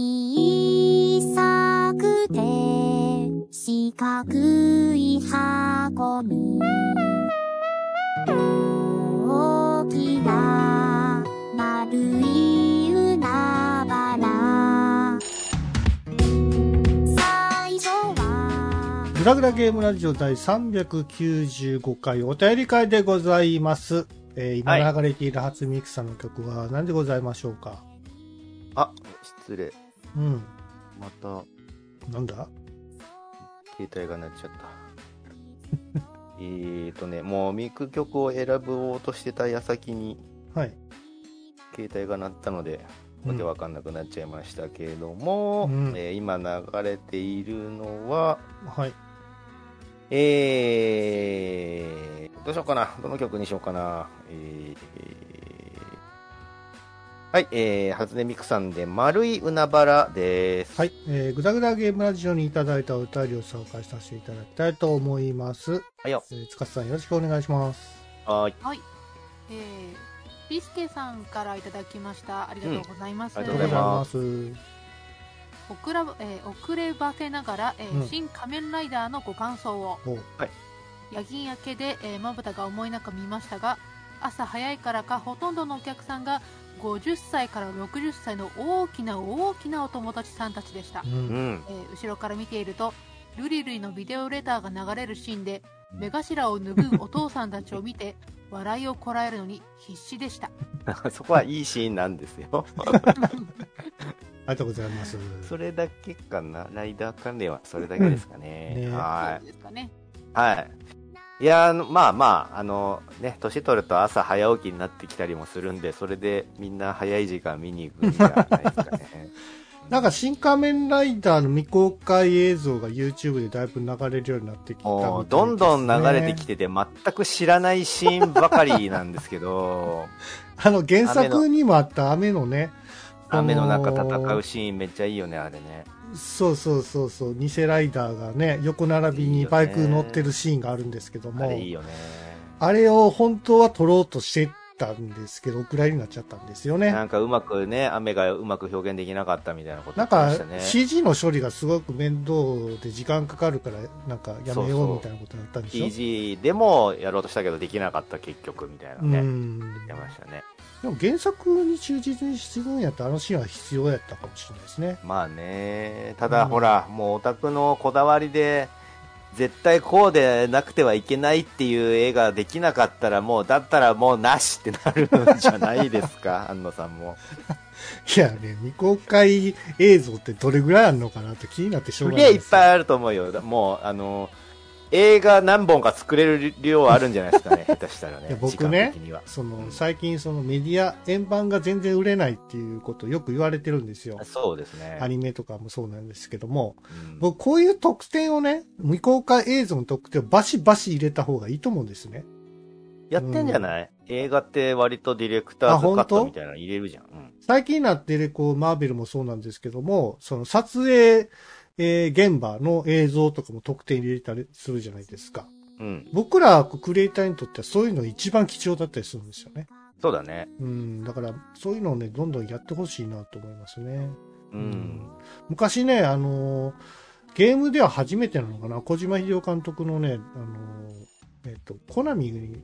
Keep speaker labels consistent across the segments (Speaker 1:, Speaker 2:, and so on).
Speaker 1: 小さくて四角い箱に大きな丸い海原最初は
Speaker 2: グラグラゲームラジオ第395回お便り会でございます。えー今
Speaker 3: は
Speaker 2: 流れている初ミクさんの曲は何でございましょうか
Speaker 3: あ、失礼。
Speaker 2: うん。
Speaker 3: また、
Speaker 2: なんだ
Speaker 3: 携帯が鳴っちゃった。え ーとね、もうミク曲を選ぼうとしてた矢先に、
Speaker 2: はい。
Speaker 3: 携帯が鳴ったので、
Speaker 2: うん
Speaker 3: わけわかんなくなっちゃいましたけれども、
Speaker 2: うん
Speaker 3: えー今流れているのは、
Speaker 2: はい。
Speaker 3: えー、どうしようかな。どの曲にしようかな。えーはい、えー、初音ミクさんで、丸い海原です。
Speaker 2: はい。えー、グラグラゲームラジオにいただいたお便りを紹介させていただきたいと思います。
Speaker 3: はいよ。
Speaker 2: えー、つかさんよろしくお願いします。
Speaker 3: はい。
Speaker 4: はい。えー、ビスケさんからいただきました。ありがとうございます。
Speaker 3: うんあ
Speaker 2: あ
Speaker 3: りがとうございます
Speaker 2: りがとうございます。
Speaker 4: 遅らえー遅ればせながら、えー
Speaker 2: うん
Speaker 4: 新仮面ライダーのご感想を。
Speaker 2: おう
Speaker 4: 夜勤明けで、えー、まぶたが思いなく見ましたが、朝早いからか、ほとんどのお客さんが、50歳から60歳の大きな大きなお友達さんたちでした
Speaker 2: う。。
Speaker 3: うんん。
Speaker 4: えー後ろから見ていると、ルリルイのビデオレターが流れるシーンで、目頭を拭うお父さんたちを見て、笑いをこらえるのに必死でした。
Speaker 3: そこはいいシーンなんですよ。
Speaker 2: ありがとうございます。
Speaker 3: それだけかな、ライダー関連はそれだけですかね。
Speaker 2: うんね
Speaker 3: は
Speaker 4: そう
Speaker 3: い。
Speaker 4: ですかね。
Speaker 3: はい。いやーあのまあまあ、あの、ね、年取ると朝早起きになってきたりもするんで、それでみんな早い時間見に行くんじゃないですかね。
Speaker 2: なんか新仮面ライダーの未公開映像が YouTube でだいぶ流れるようになってきたみたいですね、
Speaker 3: もうどんどん流れてきてて、全く知らないシーンばかりなんですけ ど、
Speaker 2: あの原作にもあった雨のね、
Speaker 3: 雨の中
Speaker 2: その
Speaker 3: 戦うシーンめっちゃいいよね、あれね。
Speaker 2: そうそうそうそう、偽ライダーがね、横並びにバイク乗ってるシーンがあるんですけど
Speaker 3: あ
Speaker 2: も、
Speaker 3: れいいよね。
Speaker 2: あれを本当は撮ろうとしてたんですけど、お蔵入りになっちゃったんですよね。
Speaker 3: なんかうまくね、雨がうまく表現できなかったみたいなこと言
Speaker 2: なん
Speaker 3: ってま
Speaker 2: か
Speaker 3: したね。
Speaker 2: CG の処理がすごく面倒で時間かかるから、なんかやめ
Speaker 3: そう
Speaker 2: よ
Speaker 3: そうう
Speaker 2: みたいなことになったんでしょ
Speaker 3: PG でもやろうとしたけどできなかった結局みたいな
Speaker 2: う
Speaker 3: ね、
Speaker 2: ん。
Speaker 3: やってましたね
Speaker 2: でも原作に忠実にするんやったらあのシーンは必要やったかもしれないですね。
Speaker 3: まあねただ
Speaker 2: うん
Speaker 3: ほら、もうオタクのこだわりで絶対こうでなくてはいけないっていう絵ができなかったらもうだったらもうなしってなるんじゃないです か安野さんも
Speaker 2: いやね、未公開映像ってどれぐらいあるのかなって気になってしょ
Speaker 3: す
Speaker 2: うが
Speaker 3: げ
Speaker 2: な
Speaker 3: え
Speaker 2: い
Speaker 3: いっ
Speaker 2: ですよ
Speaker 3: ぱいあると思うよもうあの映画何本か作れる量あるんじゃないです かね下手したら
Speaker 2: いや
Speaker 3: ね
Speaker 2: 僕ね
Speaker 3: 時間的には
Speaker 2: その、
Speaker 3: うん
Speaker 2: 最近そのメディア円盤が全然売れないっていうことよく言われてるんですよ。
Speaker 3: そうですね
Speaker 2: アニメとかもそうなんですけども、
Speaker 3: うん
Speaker 2: 僕こういう特典をね、未公開映像の特典をバシバシ入れた方がいいと思うんですね。
Speaker 3: やってんじゃない、映画って割とディレクターズカッ
Speaker 2: あ本当
Speaker 3: トみたいなの入れるじゃん、うん
Speaker 2: 最近になってる、こう、マーベルもそうなんですけども、その撮影、えー現場の映像とかも特典入れたりするじゃないですか。
Speaker 3: うん、
Speaker 2: 僕らクリエイターにとってはそういうの一番貴重だったりするんですよね。
Speaker 3: そうだね。
Speaker 2: うん、だからそういうのをね、どんどんやってほしいなと思いますね。
Speaker 3: うん。
Speaker 2: 昔ね、あのーゲームでは初めてなのかな、小島秀夫監督のね、あのーえっ、と、コナミに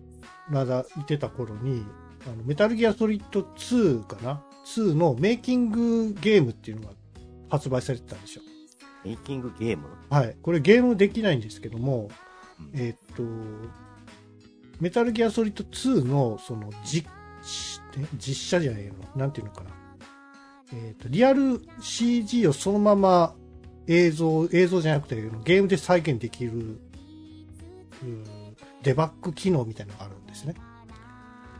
Speaker 2: まだいてた頃に、あのメタルギアソリッド2かな ?2 のメイキングゲームっていうのが発売されてたんですよ。
Speaker 3: メイキングゲーム
Speaker 2: はい。これゲームできないんですけども、
Speaker 3: うん
Speaker 2: えっ、と、メタルギアソリッド2の、その、実、ね実写じゃないの、なんていうのかな。えっ、と、リアル CG をそのまま映像、映像じゃなくて、ゲームで再現できる、うんデバッグ機能みたいなのがあるんですね。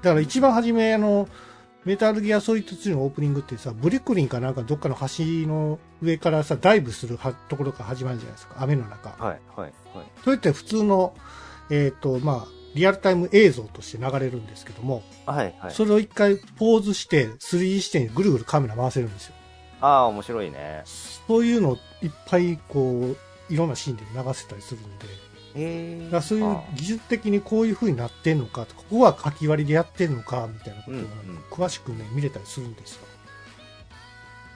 Speaker 2: だから一番初め、あの、メタルギアソリッド2のオープニングってさ、ブリクリンかなんかどっかの橋の上からさ、ダイブするはところから始まるじゃないですか。雨の中。
Speaker 3: はい、はい、はい。
Speaker 2: それって普通の、えっ、と、まあ、リアルタイム映像として流れるんですけども、
Speaker 3: はい、はい。
Speaker 2: それを一回ポーズして、3D 視点にぐるぐるカメラ回せるんですよ。
Speaker 3: ああ、面白いね。
Speaker 2: そういうのをいっぱい、こう、いろんなシーンで流せたりするんで、
Speaker 3: へえ
Speaker 2: だからそういう技術的にこういう風になってんのかとか、ここは書き割りでやってんのか、みたいなことが
Speaker 3: うんうん
Speaker 2: 詳しくね、見れたりするんですよ。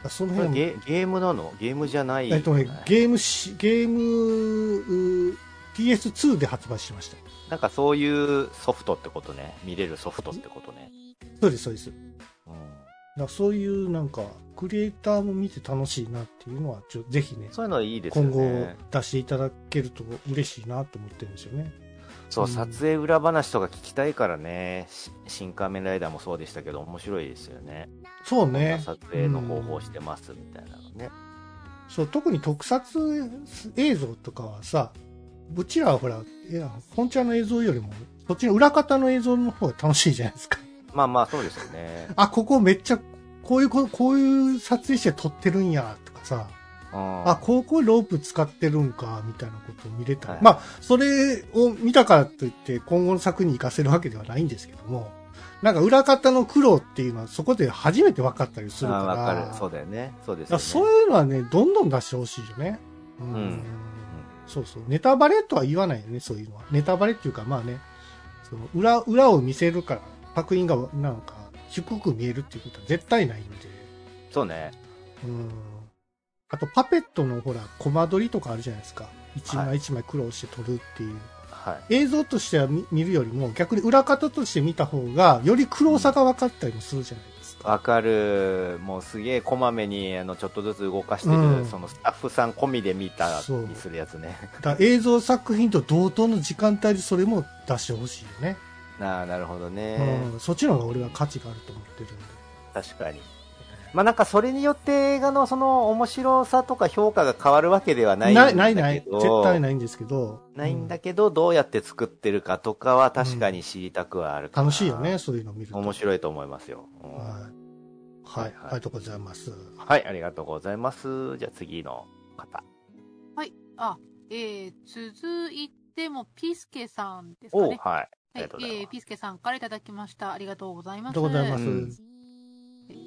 Speaker 2: あその
Speaker 3: これ
Speaker 2: 辺は
Speaker 3: ゲゲームなのゲームじゃない、
Speaker 2: えっとね、ゲームし、ゲーム、う PS2 で発売しました。
Speaker 3: なんかそういうソフトってことね見れるソフトってことね、
Speaker 2: そうです、そうです。だか
Speaker 3: うん、
Speaker 2: らそういうなんか、クリエイターも見て楽しいなっていうのは、ちょぜひね、
Speaker 3: そういうのいいですよ
Speaker 2: 今後
Speaker 3: ね
Speaker 2: 出していただけると嬉しいなと思ってるんですよね。
Speaker 3: そう、
Speaker 2: うん
Speaker 3: 撮影裏話とか聞きたいからねし新仮面ライダーもそうでしたけど面白いですよね
Speaker 2: そう
Speaker 3: こんな
Speaker 2: ね。
Speaker 3: 撮影の方法してますみたいなのね、
Speaker 2: そう、特に特撮映像とかはさ、うちらはほら、いや、本ちゃんの映像よりも、そっちの裏方の映像の方が楽しいじゃないですか。
Speaker 3: まあまあそうですよね
Speaker 2: あ、ここめっちゃ、こういうこ、こういう撮影して撮ってるんや、とかさ。
Speaker 3: うん
Speaker 2: あ、こうこうロープ使ってるんか、みたいなことを見れたり、
Speaker 3: はい
Speaker 2: まあ、それを見たからといって、今後の作に活かせるわけではないんですけども、なんか裏方の苦労っていうのは、そこで初めて分かったりするか
Speaker 3: あ
Speaker 2: ら、
Speaker 3: わかるそうだよねそうです
Speaker 2: だから
Speaker 3: よね
Speaker 2: そういうのはね、どんどん出してほしいよね。うん
Speaker 3: うん
Speaker 2: そうそう。ネタバレとは言わないよね、そういうのは。ネタバレっていうか、まあね、その裏、裏を見せるから、作品がなんか、低く見えるっていうことは絶対ないんで、
Speaker 3: そうね
Speaker 2: うんあと、パペットのほら、コマ撮りとかあるじゃないですか。一
Speaker 3: は
Speaker 2: 枚一枚苦労して撮るっていう。
Speaker 3: はい
Speaker 2: 映像としては見見るよりも、逆に裏方として見た方が、より苦労さが分かったりもするじゃないですか。
Speaker 3: わかるもうすげえこまめにあのちょっとずつ動かしてる、
Speaker 2: うん
Speaker 3: そのスタッフさん込みで見た
Speaker 2: そう
Speaker 3: にするやつね
Speaker 2: だから映像作品と同等の時間帯でそれも出してほしいよね。
Speaker 3: なあなるほどね、
Speaker 2: うん。そっちの方が俺は価値があると思ってるんで。
Speaker 3: 確かにまあなんかそれによって映画のその面白さとか評価が変わるわけではないんだ
Speaker 2: な
Speaker 3: け
Speaker 2: い、
Speaker 3: ど
Speaker 2: ない、ない。絶対
Speaker 3: ない
Speaker 2: ないんですけど。
Speaker 3: んだ
Speaker 2: け
Speaker 3: けどどうやって作ってるかとかは確かに知りたくはあるかな、
Speaker 2: 楽しいよね、そういうの見ると。
Speaker 3: 面白いと思いますよ、うんはい、
Speaker 2: はい。はい。
Speaker 3: はい
Speaker 2: ありがとうございます。
Speaker 3: ありがとうございますじゃあ次の方
Speaker 4: あ、えー、続いてもピスケさんですか
Speaker 3: お
Speaker 4: ね。
Speaker 3: はいあり
Speaker 4: は
Speaker 3: がと
Speaker 4: い
Speaker 3: う、
Speaker 4: え
Speaker 3: ございます
Speaker 4: ー、ピスケさんからいただきました。ありがとうござい
Speaker 2: ありが
Speaker 4: ます。
Speaker 2: とうございます。
Speaker 3: うん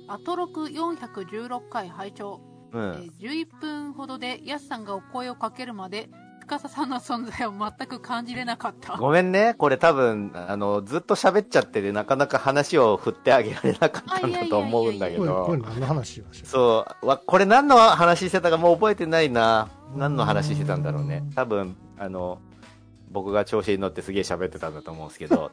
Speaker 4: アトロク416回拝聴、
Speaker 3: う
Speaker 4: え
Speaker 3: ん
Speaker 4: ー11分ほどでヤスさんがお声をかけるまで司さんの存在を全く感じれなかった
Speaker 3: ごめんね、これ多分、あの、ずっと喋っちゃってて、なかなか話を振ってあげられなかったんだと思うんだけ
Speaker 2: これ、これ
Speaker 3: ど、
Speaker 2: 何の話しましょう
Speaker 3: そう、わ、これ何の話してたかもう覚えてないな。何の話してたんだろうね。多分、あの、僕が調子に乗ってすげえ喋ってたんだと思うんですけ ど、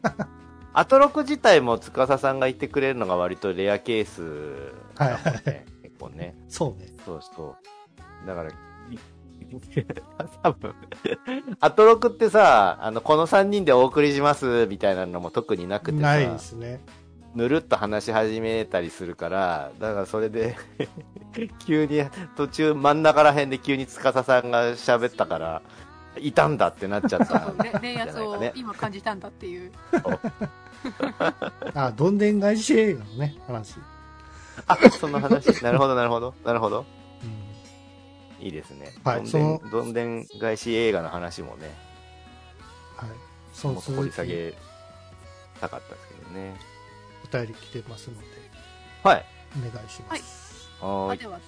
Speaker 3: アトロク自体も司さんがいてくれるのが割とレアケースだもんね。結構ね。
Speaker 2: そうね。
Speaker 3: そうそう。だから、い多分、 アトロクってさ、あの、この3人でお送りします、みたいなのも特になくて
Speaker 2: ないで
Speaker 3: さ、
Speaker 2: すね。
Speaker 3: ぬるっと話し始めたりするから、だからそれで、 急に、途中真ん中ら辺で急に司さんが喋ったから、いたんだってなっちゃった。
Speaker 4: れ冷圧を今感じたんだっていう
Speaker 2: あ、どんでん返し映画のね、話。うん
Speaker 3: あ、その話。なるほど、なるほど、なるほど。いいですね。
Speaker 2: はい
Speaker 3: どん
Speaker 2: そ
Speaker 3: でん、どんでん返し映画の話もね、
Speaker 2: はい。そ
Speaker 3: も
Speaker 2: の
Speaker 3: っと
Speaker 2: 続
Speaker 3: 掘り
Speaker 2: き、お
Speaker 3: 下
Speaker 2: 便
Speaker 3: げたかったですけどね。
Speaker 2: り来てますので、
Speaker 3: はい。
Speaker 2: お願いします。
Speaker 3: は
Speaker 4: あ
Speaker 3: ーい。
Speaker 4: では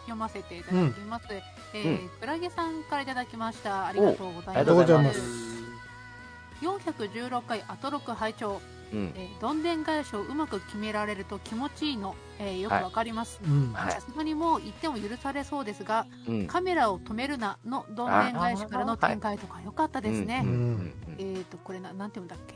Speaker 4: 読ませていただきます、え
Speaker 3: う
Speaker 4: ー、クラゲさんからいただきましたありがとうござ
Speaker 3: ありが
Speaker 4: い
Speaker 3: とうご
Speaker 4: ま
Speaker 3: ざい
Speaker 4: す
Speaker 3: ます。
Speaker 4: 416回アトロク拝聴、
Speaker 3: うん。
Speaker 4: えー、どんでん返しをうまく決められると気持ちいいの、えーよくわかります
Speaker 2: うん。
Speaker 3: はい
Speaker 4: さすがにもう1点を許されそうですが
Speaker 3: うん。
Speaker 4: カメラを止めるなのどんでん返しからの展開とか良かったですね、
Speaker 3: うんうんう
Speaker 4: え
Speaker 3: ん
Speaker 4: ー、とこれななんて言うんだっけ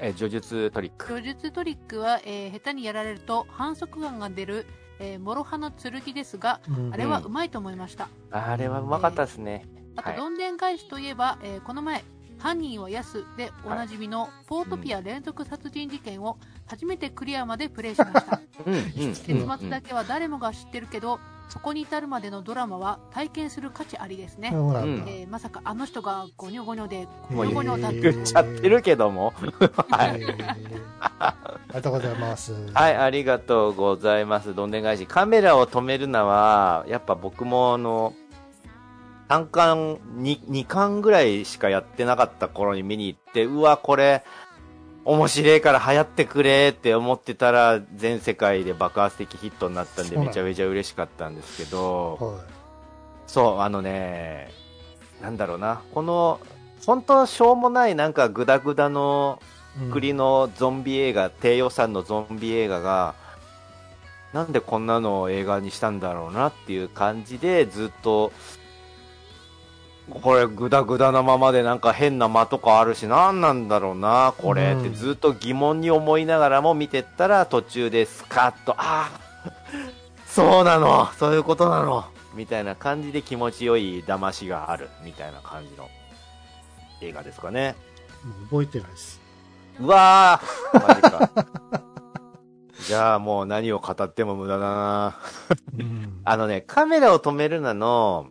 Speaker 3: え、叙述トリック。
Speaker 4: 叙述トリックは、えー下手にやられると反則感が出る、えー、諸刃の剣ですが
Speaker 2: うん
Speaker 4: あれはうまいと思いました、
Speaker 3: あれはうまかったですね。
Speaker 4: あ
Speaker 3: は
Speaker 4: と
Speaker 3: い
Speaker 4: どんでん返しといえば、えーこの前犯人はヤスでおなじみのポートピア連続殺人事件を初めてクリアまでプレイしました、
Speaker 3: うん。
Speaker 4: 結末だけは誰もが知ってるけどそこに至るまでのドラマは体験する価値ありですね、
Speaker 2: そうな
Speaker 3: うんん
Speaker 2: だ。
Speaker 4: えーまさかあの人がゴニョゴニョで
Speaker 2: えー
Speaker 4: ゴニョゴニョだっ
Speaker 3: 言
Speaker 4: て
Speaker 3: っちゃってるけども。はい。
Speaker 2: えーありがとうございます。
Speaker 3: はい、 ありがとうございます。どんでん返し。カメラを止めるなは、やっぱ僕もあの、3巻、2, 2巻ぐらいしかやってなかった頃に見に行って、うわ、これ、面白いから流行ってくれって思ってたら、全世界で爆発的ヒットになったん
Speaker 2: そ
Speaker 3: で、
Speaker 2: うなん
Speaker 3: め
Speaker 2: だ
Speaker 3: ちゃめちゃ嬉しかったんですけど、
Speaker 2: は
Speaker 3: そう、あのね、なんだろうな、この、本当しょうもないなんかグダグダの
Speaker 2: い。うん
Speaker 3: 栗のゾンビ映画、低予算のゾンビ映画が、なんでこんなのを映画にしたんだろうなっていう感じで、ずっと、これグダグダなままでなんか変な間とかあるし、なんなんだろうな、これって
Speaker 2: うん
Speaker 3: ずっと疑問に思いながらも見てったら、途中でスカッと、ああ、 そうなの、そういうことなの、みたいな感じで気持ちよい騙しがある、みたいな感じの映画ですかね。
Speaker 2: もう覚えてないです。
Speaker 3: うわーマジか。じゃあもう何を語っても無駄だな
Speaker 2: うん。
Speaker 3: あのね、カメラを止めるなの、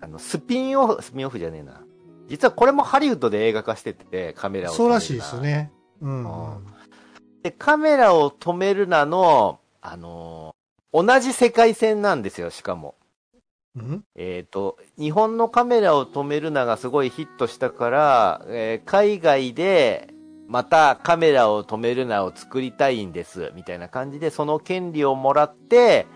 Speaker 3: あの、スピンオフ、スピンオフじゃねえな。実はこれもハリウッドで映画化してて、カメラを止め
Speaker 2: そ
Speaker 3: る
Speaker 2: う
Speaker 3: な。
Speaker 2: らしいです。ね。うん。
Speaker 3: あで、カメラを止めるなの、あのー同じ世界線なんですよ、しかも。
Speaker 2: うん
Speaker 3: えっ、と、日本のカメラを止めるながすごいヒットしたから、えー海外でまたカメラを止めるなを作りたいんです、みたいな感じで、その権利をもらって、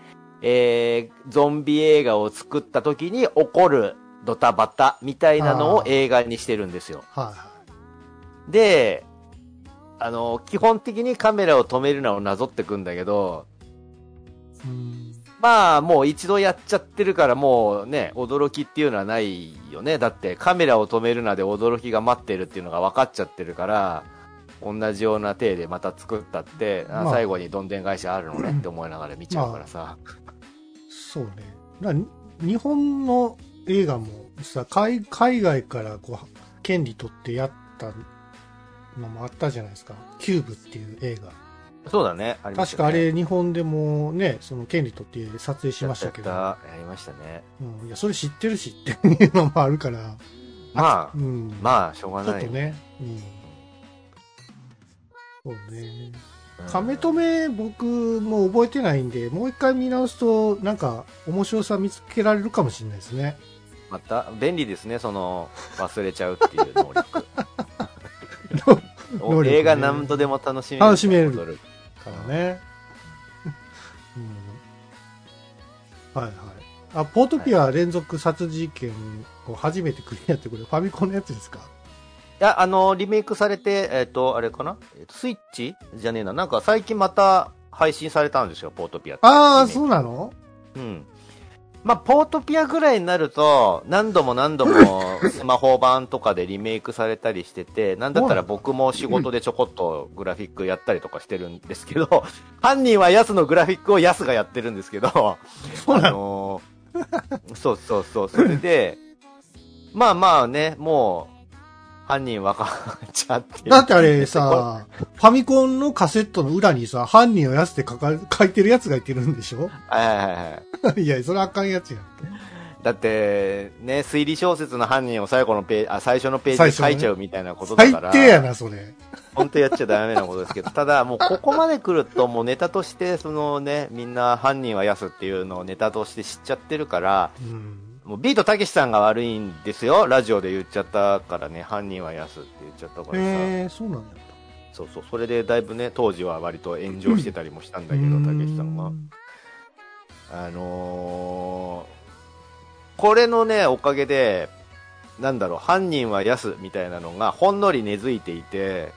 Speaker 3: えーゾンビ映画を作った時に起こるドタバタみたいなのを
Speaker 2: あー
Speaker 3: 映画にしてるんですよ。
Speaker 2: はい、
Speaker 3: で、あの、基本的にカメラを止めるなをなぞってくんだけど、
Speaker 2: うん。
Speaker 3: まあ、もう一度やっちゃってるから、もうね、驚きっていうのはないよね。だって、カメラを止めるなで驚きが待ってるっていうのが分かっちゃってるから、同じような体でまた作ったって、あ
Speaker 2: まあ
Speaker 3: 最後にどんでん返しあるのねって思いながら見ちゃうからさ。
Speaker 2: そうね。だに日本の映画もさ、海海外からこう、権利取ってやったのもあったじゃないですか。キューブっていう映画。
Speaker 3: そうだね。ありまし
Speaker 2: 確
Speaker 3: た
Speaker 2: かあ
Speaker 3: ね
Speaker 2: れ、日本でもね、その権利取って撮影しましたけど、
Speaker 3: やったやったやりましたね。
Speaker 2: うん、いや、それ知ってるしっていうのもあるから、
Speaker 3: ま
Speaker 2: う
Speaker 3: あ、
Speaker 2: ん。
Speaker 3: まあ、しょうが
Speaker 2: ちょ
Speaker 3: な
Speaker 2: っ
Speaker 3: い
Speaker 2: と
Speaker 3: よ。
Speaker 2: ね、うん。そうね。
Speaker 3: うん
Speaker 2: 亀止め、僕も覚えてないんで、もう一回見直すと、なんか、面白さ見つけられるかもしれないですね。
Speaker 3: また、便利ですね、その、忘れちゃうっていう能力。
Speaker 2: 能力ね
Speaker 3: 映画何度でも楽しめる。
Speaker 2: 楽しめる
Speaker 3: 踊る。
Speaker 2: からね。うん、はいはい。あ、ポートピア連続殺人件を初めてクリアってこれ、ファミコンのやつですか
Speaker 3: いや、あの、リメイクされて、えっ、と、あれかな、えーとスイッチじゃねえな。なんか最近また配信されたんですよ、ポートピアって。
Speaker 2: ああ、
Speaker 3: リメイ
Speaker 2: そうなの
Speaker 3: クうん。まあ、ポートピアぐらいになると、何度も何度も スマホ版とかでリメイクされたりしてて、なんだったら僕も仕事でちょこっとグラフィックやったりとかしてるんですけど、 犯人はヤスのグラフィックをヤスがやってるんですけど、
Speaker 2: そうな
Speaker 3: あ
Speaker 2: の
Speaker 3: のーそうそうそう、それで、まあまあね、もう、犯人分かっちゃって。
Speaker 2: だってあれさ、ファミコンのカセットの裏にさ、犯人をやすって書か 書いてるやつがいてるんでしょ
Speaker 3: はいはいはい。
Speaker 2: いや、それあかんやつやん。
Speaker 3: だって、ね、推理小説の犯人を最後のページ、あ、最初のペー
Speaker 2: 最
Speaker 3: ジに
Speaker 2: 初の
Speaker 3: 書
Speaker 2: ね
Speaker 3: いちゃうみたいなことだ
Speaker 2: 最
Speaker 3: から、
Speaker 2: 低やな、それ。
Speaker 3: 本当やっちゃダメなことですけど、ただもうここまで来るともうネタとして、そのね、みんな犯人は安っていうのをネタとして知っちゃってるから、
Speaker 2: うん。
Speaker 3: もうビートたけしさんが悪いんですよ。ラジオで言っちゃったからね、犯人は安って言っちゃったからさ。
Speaker 2: へえー、そうなんやった。
Speaker 3: そうそう、それでだいぶね、当時は割と炎上してたりもしたんだけど、たけしさんが
Speaker 2: う。ん
Speaker 3: あのーこれのね、おかげで、なんだろう、犯人は安みたいなのがほんのり根付いていて、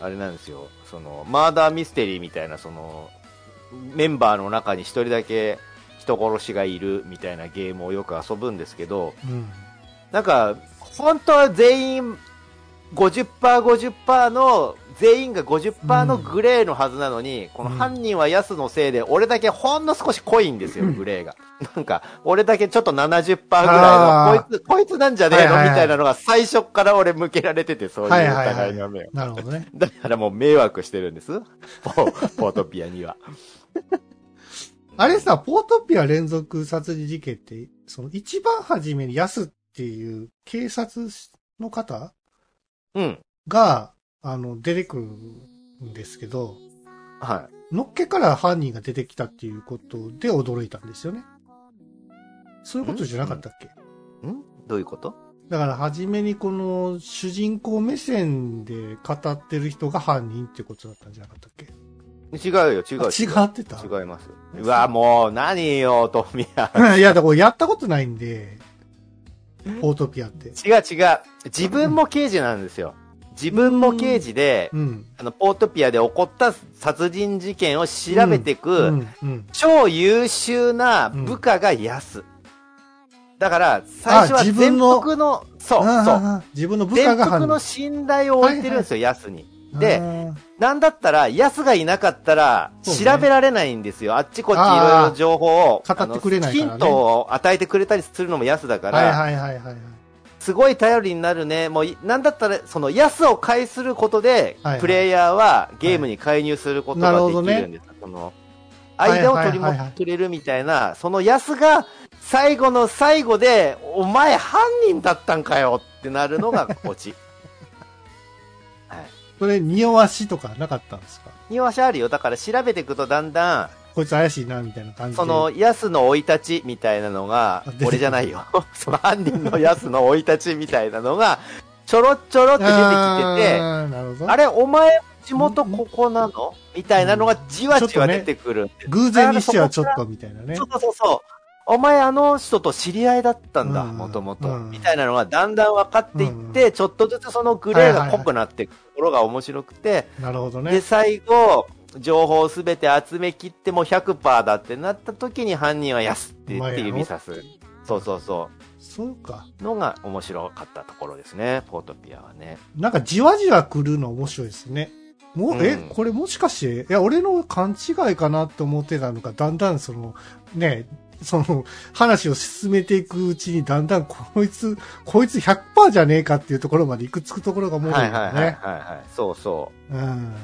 Speaker 3: あれなんですよ、その、マーダーミステリーみたいな、その、メンバーの中に一人だけ人殺しがいるみたいなゲームをよく遊ぶんですけど、
Speaker 2: うん。
Speaker 3: なんか、本当は全員50%、50%の、全員が50%のグレーのはずなのに、この犯人はヤスのせいで、俺だけほんの少し濃いんですよ、グレーが。なんか、俺だけちょっと70%ぐらいの
Speaker 2: あ、
Speaker 3: こいつ、こいつなんじゃねえ
Speaker 2: はい
Speaker 3: の、
Speaker 2: はいはい
Speaker 3: みたいなのが最初から俺向けられてて、そういうお
Speaker 2: はいはいは
Speaker 3: 互
Speaker 2: い
Speaker 3: いの目を。
Speaker 2: なるほどね。
Speaker 3: だからもう迷惑してるんです。ポポートピアに は。
Speaker 2: あれさ、ポートピア連続殺人事件って、その一番初めに安っていう警察の方
Speaker 3: うん。
Speaker 2: が、あの、出てくるんですけど、
Speaker 3: は
Speaker 2: のっけから犯人が出てきたっていうことで驚いたんですよね。そういうことじゃなかったっけ
Speaker 3: い。んどういうこと
Speaker 2: だから初めにこの主人公目線で語ってる人が犯人ってことだったんじゃなかったっけ
Speaker 3: 違うよ、違う。
Speaker 2: あ違ってた
Speaker 3: 違います。うわ、もう、何よ、トミ ヤ。
Speaker 2: いや、だからこれやったことないんで、ポートピアって。
Speaker 3: 違う違う。自分も刑事なんですよ。自分も刑事で、
Speaker 2: うん。
Speaker 3: あの、ポートピアで起こった殺人事件を調べていく、
Speaker 2: うん。うん。
Speaker 3: 超優秀な部下が安。だから、最初は
Speaker 2: あ自
Speaker 3: 全
Speaker 2: 分の
Speaker 3: 幅の、そう、
Speaker 2: あー
Speaker 3: そう。
Speaker 2: 自分の部下
Speaker 3: 全
Speaker 2: が
Speaker 3: 幅
Speaker 2: 犯
Speaker 3: の
Speaker 2: 人
Speaker 3: 信頼を置いてるんですよ、安に。で
Speaker 2: あー
Speaker 3: なんだったら、安がいなかったら、
Speaker 2: そうね
Speaker 3: 調べられないんですよ。あっちこっちい
Speaker 2: あー
Speaker 3: ろいろ情報を、
Speaker 2: 語ってくれないからね
Speaker 3: あのヒントを与えてくれたりするのも安だから、
Speaker 2: はいはいはいはいはい。
Speaker 3: すごい頼りになるね。もうい、なんだったら、その安を介することで、
Speaker 2: はいはい
Speaker 3: プレイヤーはゲームに介入することが
Speaker 2: なる
Speaker 3: で
Speaker 2: ほ
Speaker 3: きる
Speaker 2: ど
Speaker 3: ん
Speaker 2: ね
Speaker 3: です。その、間を取り
Speaker 2: はいはいはいは
Speaker 3: も
Speaker 2: い
Speaker 3: くれるみたいな、その安が最後の最後で、お前犯人だったんかよってなるのがオ チ。
Speaker 2: それ、匂わしとかなかったんですか
Speaker 3: 匂わしあるよ。だから調べていくとだんだん、
Speaker 2: こいつ怪しいな、みたいな感じで。
Speaker 3: その、、ヤスの生い立ちみたいなのが
Speaker 2: 出てく、る
Speaker 3: 俺じゃないよ。 その犯人のヤスの生い立ちみたいなのが、ちょろちょろって出
Speaker 2: あ
Speaker 3: てきてて、
Speaker 2: ーなるほど。
Speaker 3: あれ、お前、地元ここなのみたいなのがじわじわ出てくるんで
Speaker 2: 偶然にしてはちょっとみたいなね
Speaker 3: そ。うそうそうそう。お前あの人と知り合いだったんだ、
Speaker 2: うん
Speaker 3: もとも
Speaker 2: う
Speaker 3: と。
Speaker 2: ん
Speaker 3: みたいなのがだんだん分かっていって、ちょっとずつそのグレーが濃くなっていくところが面白くて、
Speaker 2: なるほど
Speaker 3: で、
Speaker 2: ね。
Speaker 3: 最後、情報すべて集め切ってもう100%だってなった時に犯人は安って言って指さす。そうそうそ
Speaker 2: そうか。
Speaker 3: う。のが面白かったところですね、ポートピアはね。
Speaker 2: なんかじわじわ来るの面白いですね。も
Speaker 3: うん
Speaker 2: う、え、これもしかして、いや、俺の勘違いかなって思ってたのか、だんだんその、ね、その、話を進めていくうちに、だんだんこいつ、こいつ100%じゃねえかっていうところまで行くつくところがもう
Speaker 3: はいはいはいはい、
Speaker 2: ね。
Speaker 3: はい。そうそう。
Speaker 2: うん。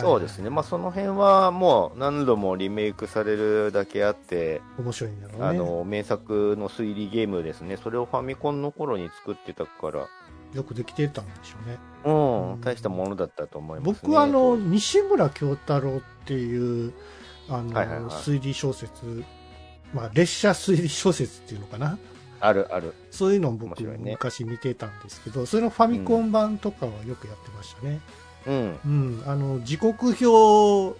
Speaker 3: そうですね。まあ、その辺はもう何度もリメイクされるだけあって、
Speaker 2: 面白いんだろうね。
Speaker 3: あの、名作の推理ゲームですね。それをファミコンの頃に作ってたから、
Speaker 2: よくできてたんでしょうね。
Speaker 3: うん、
Speaker 2: うん
Speaker 3: 大したものだったと思います、ね。
Speaker 2: 僕はあの、
Speaker 3: 当時
Speaker 2: 西村京太郎っていう、あの、
Speaker 3: はいはいはい
Speaker 2: 推理小説、まあ、列車推理小説っていうのかな。
Speaker 3: あるある。
Speaker 2: そういうのを僕、
Speaker 3: 面白いね
Speaker 2: 昔見てたんですけど、それのファミコン版とかはよくやってましたね。
Speaker 3: うん。
Speaker 2: うん。あの、時刻表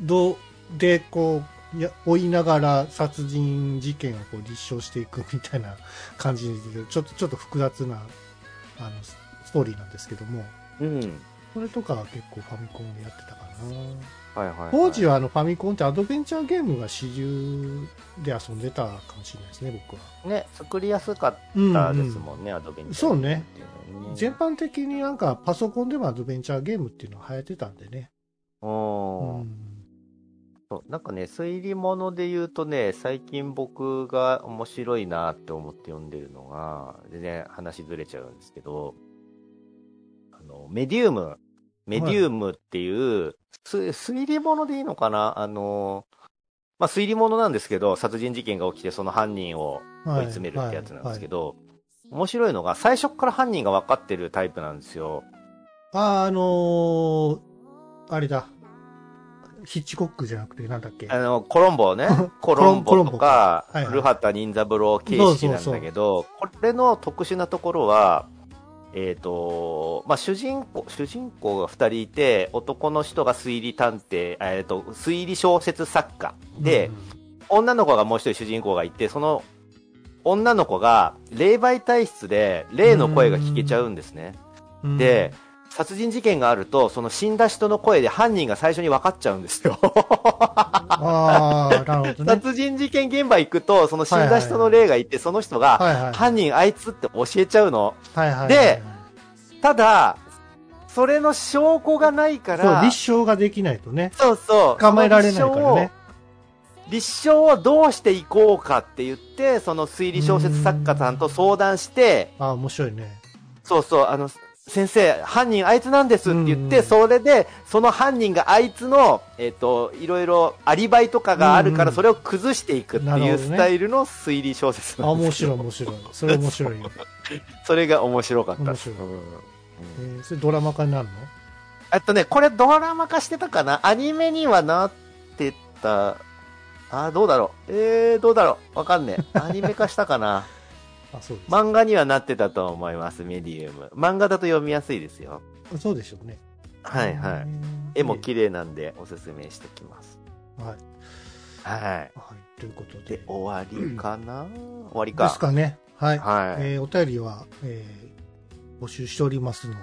Speaker 2: どで、こう、や追いながら殺人事件をこう立証していくみたいな感じで、ちょっと、ちょっと複雑な、あの、スストーリーなんですけども、
Speaker 3: うん。
Speaker 2: それとかは結構ファミコンでやってたかな。
Speaker 3: はいはい、はい。
Speaker 2: 当時
Speaker 3: は
Speaker 2: はあのファミコンってアドベンチャーゲームが主流で遊んでたかもしれないですね、僕は。
Speaker 3: ね、作りやすかっ
Speaker 2: うん
Speaker 3: たですもんね、アドベンチャー。
Speaker 2: そうね
Speaker 3: うん。
Speaker 2: 全般的になんかパソコンでもアドベンチャーゲームっていうのは流行ってたんでね。う
Speaker 3: うん。
Speaker 2: ん。
Speaker 3: そうなんかね、推理物で言うとね、最近僕が面白いなって思って読んでるのが、全然話ずれちゃうんですけど、あの、メディウム、メディウムっていう、す推理物でいいのかなあの、まあ、推理物なんですけど、殺人事件が起きてその犯人を追い詰めるってやつなんですけ
Speaker 2: ど。
Speaker 3: ど、面白いのが最初から犯人が分かってるタイプなんですよ。
Speaker 2: あー、あのー、あれだ。ヒッチコックじゃなくてなんだっけ。。
Speaker 3: あの、コロンボねコロンボとか、
Speaker 2: コロンボかはいはい
Speaker 3: ルハタ忍三郎形式なんだけど、これの特殊なところは、えっ、と、まあ、主人公、主人公が二人いて、男の人が推理探偵、えっ、と、推理小説作家で
Speaker 2: うん、、
Speaker 3: 女の子がもう一人主人公がいて、その、女の子が霊媒体質で霊の声が聞けちゃうんですね。
Speaker 2: うん
Speaker 3: で、、殺人事件があると、その死んだ人の声で犯人が最初に分かっちゃうんですよ。
Speaker 2: ああ、なるほど ね。
Speaker 3: 殺人事件現場行くと、その死んだ人の霊がいて、その人が、
Speaker 2: はいはい。
Speaker 3: 犯人あいつって教えちゃうの。
Speaker 2: はいはいはい、
Speaker 3: でただ、それの証拠がないか
Speaker 2: そう、
Speaker 3: ら、
Speaker 2: 立証ができないとね。
Speaker 3: そうそう
Speaker 2: 捕まえられないからね。
Speaker 3: 立証をどうしていこうかって言って、その推理小説作家さんと相談して、
Speaker 2: ああ、面白い ね。
Speaker 3: そうそう、あの、先生、犯人あいつなんですって言っ
Speaker 2: うんう
Speaker 3: て、
Speaker 2: ん
Speaker 3: それで、その犯人があいつの、えっ、と、いろいろアリバイとかがあ
Speaker 2: う
Speaker 3: るか
Speaker 2: んう
Speaker 3: ら、
Speaker 2: ん
Speaker 3: それを崩していくって
Speaker 2: なるほ
Speaker 3: い
Speaker 2: ど
Speaker 3: う
Speaker 2: ね
Speaker 3: スタイルの推理小説
Speaker 2: あ
Speaker 3: なん
Speaker 2: 面
Speaker 3: ですよ
Speaker 2: 白い面白い。それ面白いよ。
Speaker 3: それが面白かった
Speaker 2: 面
Speaker 3: で
Speaker 2: 白
Speaker 3: す
Speaker 2: い。
Speaker 3: うん
Speaker 2: えー、それドラマ化になるの
Speaker 3: あとね、これドラマ化してたかなアニメにはなってた。あー、どうだろう。えー、どうだろう。わかんねえ。アニメ化した かな
Speaker 2: あ、そうです。
Speaker 3: 漫画にはなってたと思います、メディウム。漫画だと読みやすいですよ。
Speaker 2: そうでしょうね。
Speaker 3: はい
Speaker 2: う
Speaker 3: はい。
Speaker 2: ん
Speaker 3: 絵も綺麗なんで、おすすめしてきます。
Speaker 2: はい。
Speaker 3: は
Speaker 2: はい。ということ
Speaker 3: い。で
Speaker 2: で。、
Speaker 3: 終わりかな、終わりか。
Speaker 2: ですかね。はい。
Speaker 3: はい。
Speaker 2: えーお便りは、えー募集しておりますので、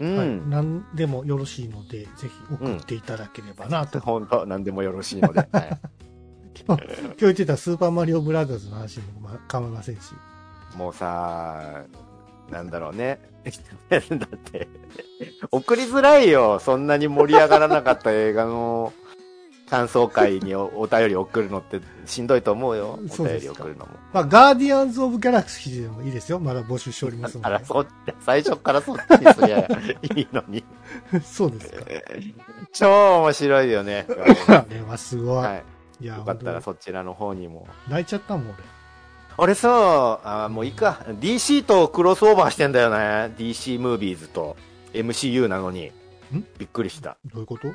Speaker 3: うん。
Speaker 2: はい、何でもよろしいので、ぜひ送っていただければなと。
Speaker 3: 本当、何でもよろしい ので。はい
Speaker 2: 今日言ってたスーパーマリオブラザーズの話も、まあ、構いませんし。
Speaker 3: もうさ、なんだろうね。 だって、送りづらいよ。そんなに盛り上がらなかった映画の感想会に おお便り送るのってしんどいと思うよ。お
Speaker 2: そう
Speaker 3: 便
Speaker 2: で
Speaker 3: り
Speaker 2: すか
Speaker 3: 送るのも。
Speaker 2: まあ、ガーディアンズ・オブ・ギャラクシーでもいいですよ。まだ募集しておりますの
Speaker 3: あら、
Speaker 2: で。
Speaker 3: そっ最初からそっちにすりゃいいの に。
Speaker 2: そうです か。
Speaker 3: 超面白いよ ね。
Speaker 2: あれはすごい。、
Speaker 3: はい
Speaker 2: や、
Speaker 3: い。よかったら
Speaker 2: 本
Speaker 3: そちらの方にも。
Speaker 2: 当に泣いちゃったもん、俺。
Speaker 3: 俺さ、あーもういいか。DC とクロスオーバーしてんだよね。DC ムービーズと MCU なのに。びっくりした。
Speaker 2: どういうこと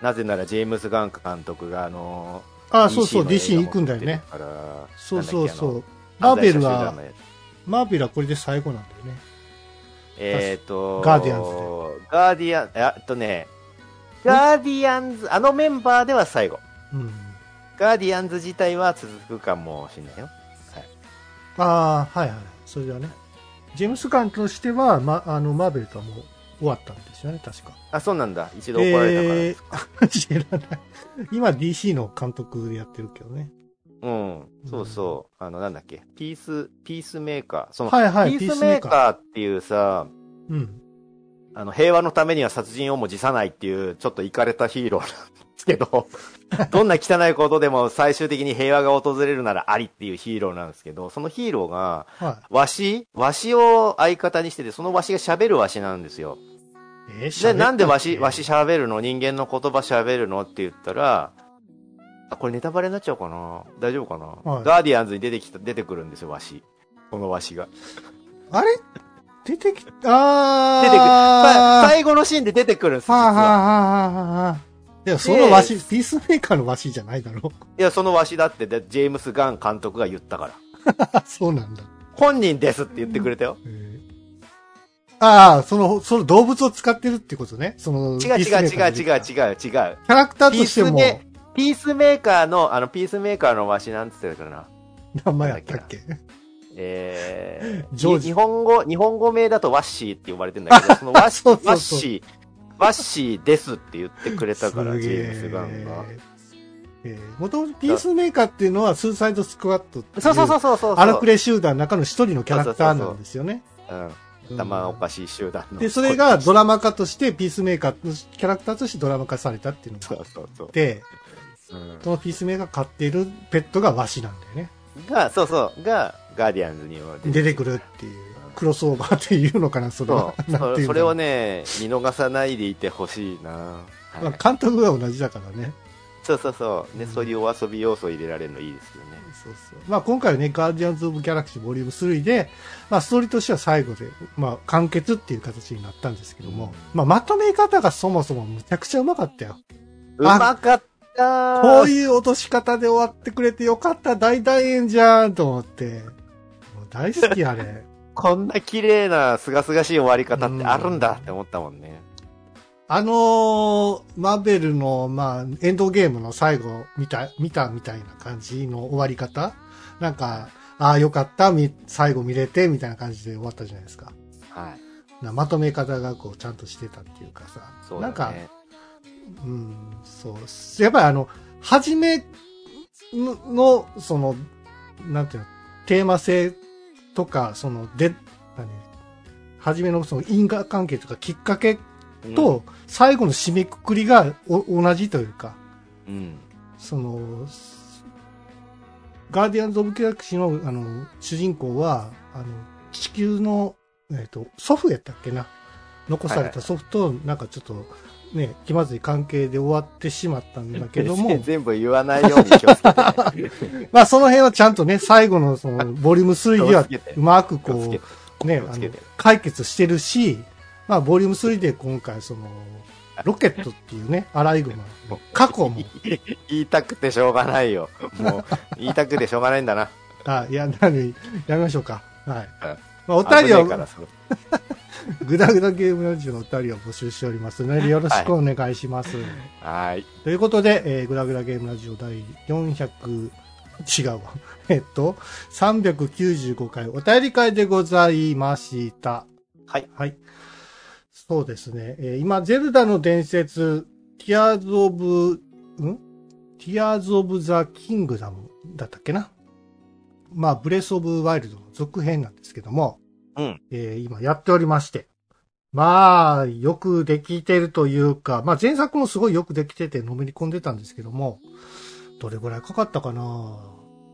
Speaker 3: なぜならジェームズ・ガン監督があの
Speaker 2: あそうそう、DC
Speaker 3: DC の
Speaker 2: に
Speaker 3: 映画
Speaker 2: 行くんだよね。
Speaker 3: 持ってるから
Speaker 2: そうそうそ
Speaker 3: なんだっ
Speaker 2: う。マー
Speaker 3: け
Speaker 2: ベ
Speaker 3: あ
Speaker 2: ル
Speaker 3: の犯罪者集団
Speaker 2: は
Speaker 3: の、やつ
Speaker 2: マーベルはこれで最後なんだよね。
Speaker 3: えっ、と
Speaker 2: ガーディアン
Speaker 3: ズガーディアンえあえっとねガーディアンズあのメンバーでは最後
Speaker 2: うん。
Speaker 3: ガーディアンズ自体は続くかもしれないよ
Speaker 2: ああ、はいはい。それではね。ジェームス・ガンとしては、ま、あの、マーベルとはもう終わったんですよね、確か。
Speaker 3: あそうなんだ一度怒られたから、
Speaker 2: えー知らない。今 DC の監督でやってるけどね。
Speaker 3: うんそうそうあのなんだっけピースピースメーカーその、
Speaker 2: はいはい、
Speaker 3: ピースメーカーっていうさ
Speaker 2: ー。うん。
Speaker 3: あの、平和のためには殺人をも辞さないっていう、ちょっとイカれたヒーローなんですけ ど、どんな汚いことでも最終的に平和が訪れるならありっていうヒーローなんですけど、そのヒーローが、
Speaker 2: は
Speaker 3: わしわしを相方にしてて、そのわしが喋るわしなんですよ。
Speaker 2: い。えー
Speaker 3: で、なんでわ
Speaker 2: 喋
Speaker 3: し、
Speaker 2: った
Speaker 3: わ
Speaker 2: っけ
Speaker 3: し喋るの人間の言葉喋るのって言ったら、あ、これネタバレになっちゃうかな大丈夫かな、
Speaker 2: はい
Speaker 3: ガーディアンズに出てきた、出てくるんですよ、わし。このわしが。
Speaker 2: あれ出てき、
Speaker 3: 出てくる。さ
Speaker 2: あー。
Speaker 3: 最後のシーンで出てくるんです、実
Speaker 2: はあ、は
Speaker 3: は。
Speaker 2: あはあはあはあ。でもそのわし、
Speaker 3: で
Speaker 2: ピースメーカーのわしじゃないだろう。
Speaker 3: いや、そのわしだって、でジェームス・ガン監督が言ったから。
Speaker 2: あ、そうなんだ。
Speaker 3: 本人ですって言ってくれたよ。
Speaker 2: えーああ、その、その動物を使ってるってことね。その、
Speaker 3: 違う
Speaker 2: ピースメ
Speaker 3: 違う
Speaker 2: ーカ
Speaker 3: 違
Speaker 2: ーの出て
Speaker 3: う違う
Speaker 2: きた
Speaker 3: 違う違う。
Speaker 2: キャラクター
Speaker 3: ピー
Speaker 2: として
Speaker 3: ス
Speaker 2: も、
Speaker 3: メ、ピースメーカーの、あの、ピースメーカーのわしなんつってたかな。
Speaker 2: 名前あったっけ
Speaker 3: えー、
Speaker 2: ジョージ
Speaker 3: に日本語、日本語名だとワッシーって呼ばれて んだけど、そのワッシ
Speaker 2: そうそう
Speaker 3: ー、
Speaker 2: そう
Speaker 3: ワッシー、ワッシーですって言ってくれたから、ジ
Speaker 2: すげ
Speaker 3: ェー
Speaker 2: え
Speaker 3: ムス・ガンが。
Speaker 2: えー、もともとピースメーカーっていうのは、スーサイドスクワットっていう、
Speaker 3: そうそうそうそうそう。
Speaker 2: 荒くれ集団の中の一人のキャラクターなんですよね。
Speaker 3: うん。
Speaker 2: うん
Speaker 3: 頭おかしい集団の。
Speaker 2: で、それがドラマ化として、ピースメーカーのキャラクターとしてドラマ化されたっていうの
Speaker 3: そ
Speaker 2: があ
Speaker 3: うそうそう
Speaker 2: っ。て、
Speaker 3: うん
Speaker 2: そのピースメーカー飼っているペットがワシなんだよね。
Speaker 3: が、そうそう、が、ガーディアンズには
Speaker 2: 出てくるっていう、クロスオーバーっていうのかな、それ
Speaker 3: そ
Speaker 2: は。
Speaker 3: う。
Speaker 2: なんていうんだ
Speaker 3: そ
Speaker 2: ろう
Speaker 3: それをね、見逃さないでいてほしいな。はい
Speaker 2: まあ監督が同じだからね。
Speaker 3: そうそうそう。ね、そういうお遊び要素入れられるのいいですよね。
Speaker 2: そうそう。まあ今回はね、ガーディアンズ・オブ・ギャラクシーボリューム3で、まあストーリーとしては最後で、まあ完結っていう形になったんですけども、まあまとめ方がそもそもむちゃくちゃうまかったよ。
Speaker 3: うまかったー
Speaker 2: こういう落とし方で終わってくれてよかった、大団円じゃんと思って。もう大好きあれ。
Speaker 3: こんな綺麗な、すがすがしい終わり方ってあるんだって思ったもんね。
Speaker 2: あのー、マーベルの、まあ、エンドゲームの最後、見た、見たみたいな感じの終わり方なんか、ああ、よかった、み最後見れて、みたいな感じで終わったじゃないですか。
Speaker 3: はい。
Speaker 2: なまとめ方がこうちゃんとしてたっていうかさ、
Speaker 3: そう
Speaker 2: な
Speaker 3: だね。
Speaker 2: んか、うん、そう、やっぱりあの、初めの、その、なんていうの、テーマ性とか、その、で、何初めのその因果関係とかきっかけ
Speaker 3: うん、
Speaker 2: と、最後の締めくくりがお同じというか、
Speaker 3: うん。
Speaker 2: その、ガーディアンズ・オブ・ギャラクシーの、あの、主人公は、あの、地球の、えっ、と、祖父やったっけな。残された祖父と、なんかちょっと、ね、気まずい関係で終わってしまったんだけども、
Speaker 3: 全部言わ ないように気をつけて、ね。
Speaker 2: まあその辺はちゃんとね、最後のその、ボリューム3では
Speaker 3: 気をつけて
Speaker 2: うまく
Speaker 3: 気をつけ
Speaker 2: こう、
Speaker 3: て
Speaker 2: ね
Speaker 3: 気、を
Speaker 2: あ
Speaker 3: つけ
Speaker 2: の
Speaker 3: て、
Speaker 2: 解決してるし、まあボリューム3で今回その、ロケットっていう ね、アライグマ、過去 も、
Speaker 3: 言いたくてしょうがないよ。もう、言いたくてしょうがないんだな。
Speaker 2: あ、いや、なに、やめましょうか。はい。
Speaker 3: はい
Speaker 2: まあ、お便り
Speaker 3: 危ねえから
Speaker 2: は、
Speaker 3: それ
Speaker 2: ぐだぐだゲームラジオのお便りを募集しておりますので、よろしくお願いします。
Speaker 3: はーい。
Speaker 2: ということで、えー、ぐだぐだゲームラジオ第400、違うわ。 えっと、395回お便り会でございました。
Speaker 3: はい。
Speaker 2: はい。そうですね。えー今、ゼルダの伝説、ティアーズ・オブ、んティアーズ・オブ・ザ・キングダムだったっけなまあ、ブレス・オブ・ワイルドの続編なんですけども、
Speaker 3: うん
Speaker 2: えー今やっておりまして、まあ、よくできてるというか、まあ前作もすごいよくできててのめり込んでたんですけども、どれぐらいかかったかな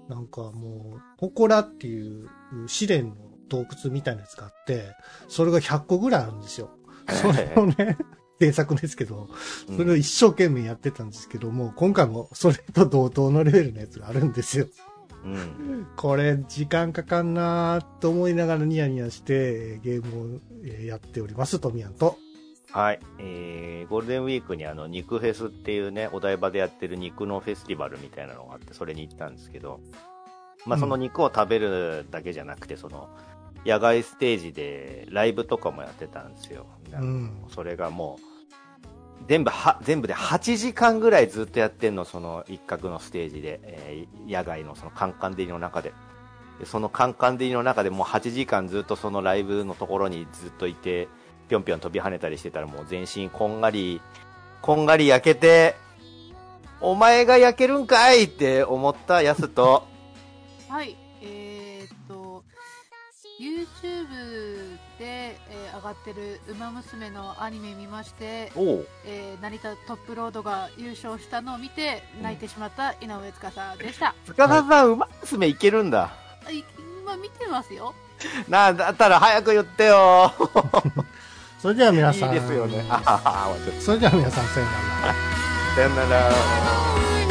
Speaker 2: なんかもう、ホコラっていう試練の洞窟みたいなやつがあって、それが100個ぐらいあるんですよ。 それをね、 前作ですけど、それを一生懸命やってたんですけども、今回もそれと同等のレベルのやつがあるんですよ。
Speaker 3: うん。
Speaker 2: これ、時間かかんなーと思いながらニヤニヤして、えーゲームをえーやっております、トミヤンと。
Speaker 3: はい。えー、ゴールデンウィークにあの、肉フェスっていうね、お台場でやってる肉のフェスティバルみたいなのがあって、それに行ったんですけど、ま
Speaker 2: う
Speaker 3: あ、
Speaker 2: ん
Speaker 3: その肉を食べるだけじゃなくて、その、野外ステージでライブとかもやってたんですよ。
Speaker 2: うん
Speaker 3: それがもう、全部は、全部で8時間ぐらいずっとやってんの、その一角のステージで、えー野外のそのカンカン照りの中で。でそのカンカン照りの中でもう8時間ずっとそのライブのところにずっといて、ぴょんぴょん飛び跳ねたりしてたらもう全身こんがり、こんがり焼けて、お前が焼けるんかいって思ったやすと、
Speaker 4: はい、えー、っと、YouTube で、えー上がってる「ウマ娘」のアニメ見まして、
Speaker 3: おう
Speaker 4: えー成田トップロードが優勝したのを見て泣いてしまった井上司でした。
Speaker 3: 塚田さん、うま娘いけるんだ。
Speaker 4: いまあ見てますよ。
Speaker 3: なあ、だったら早く言ってよ。
Speaker 2: それでは皆
Speaker 3: い
Speaker 2: さん。
Speaker 3: いですよね。あははは、終わっちゃった uh,
Speaker 2: それでは皆さん、さようなら。
Speaker 3: さよなら。
Speaker 1: 「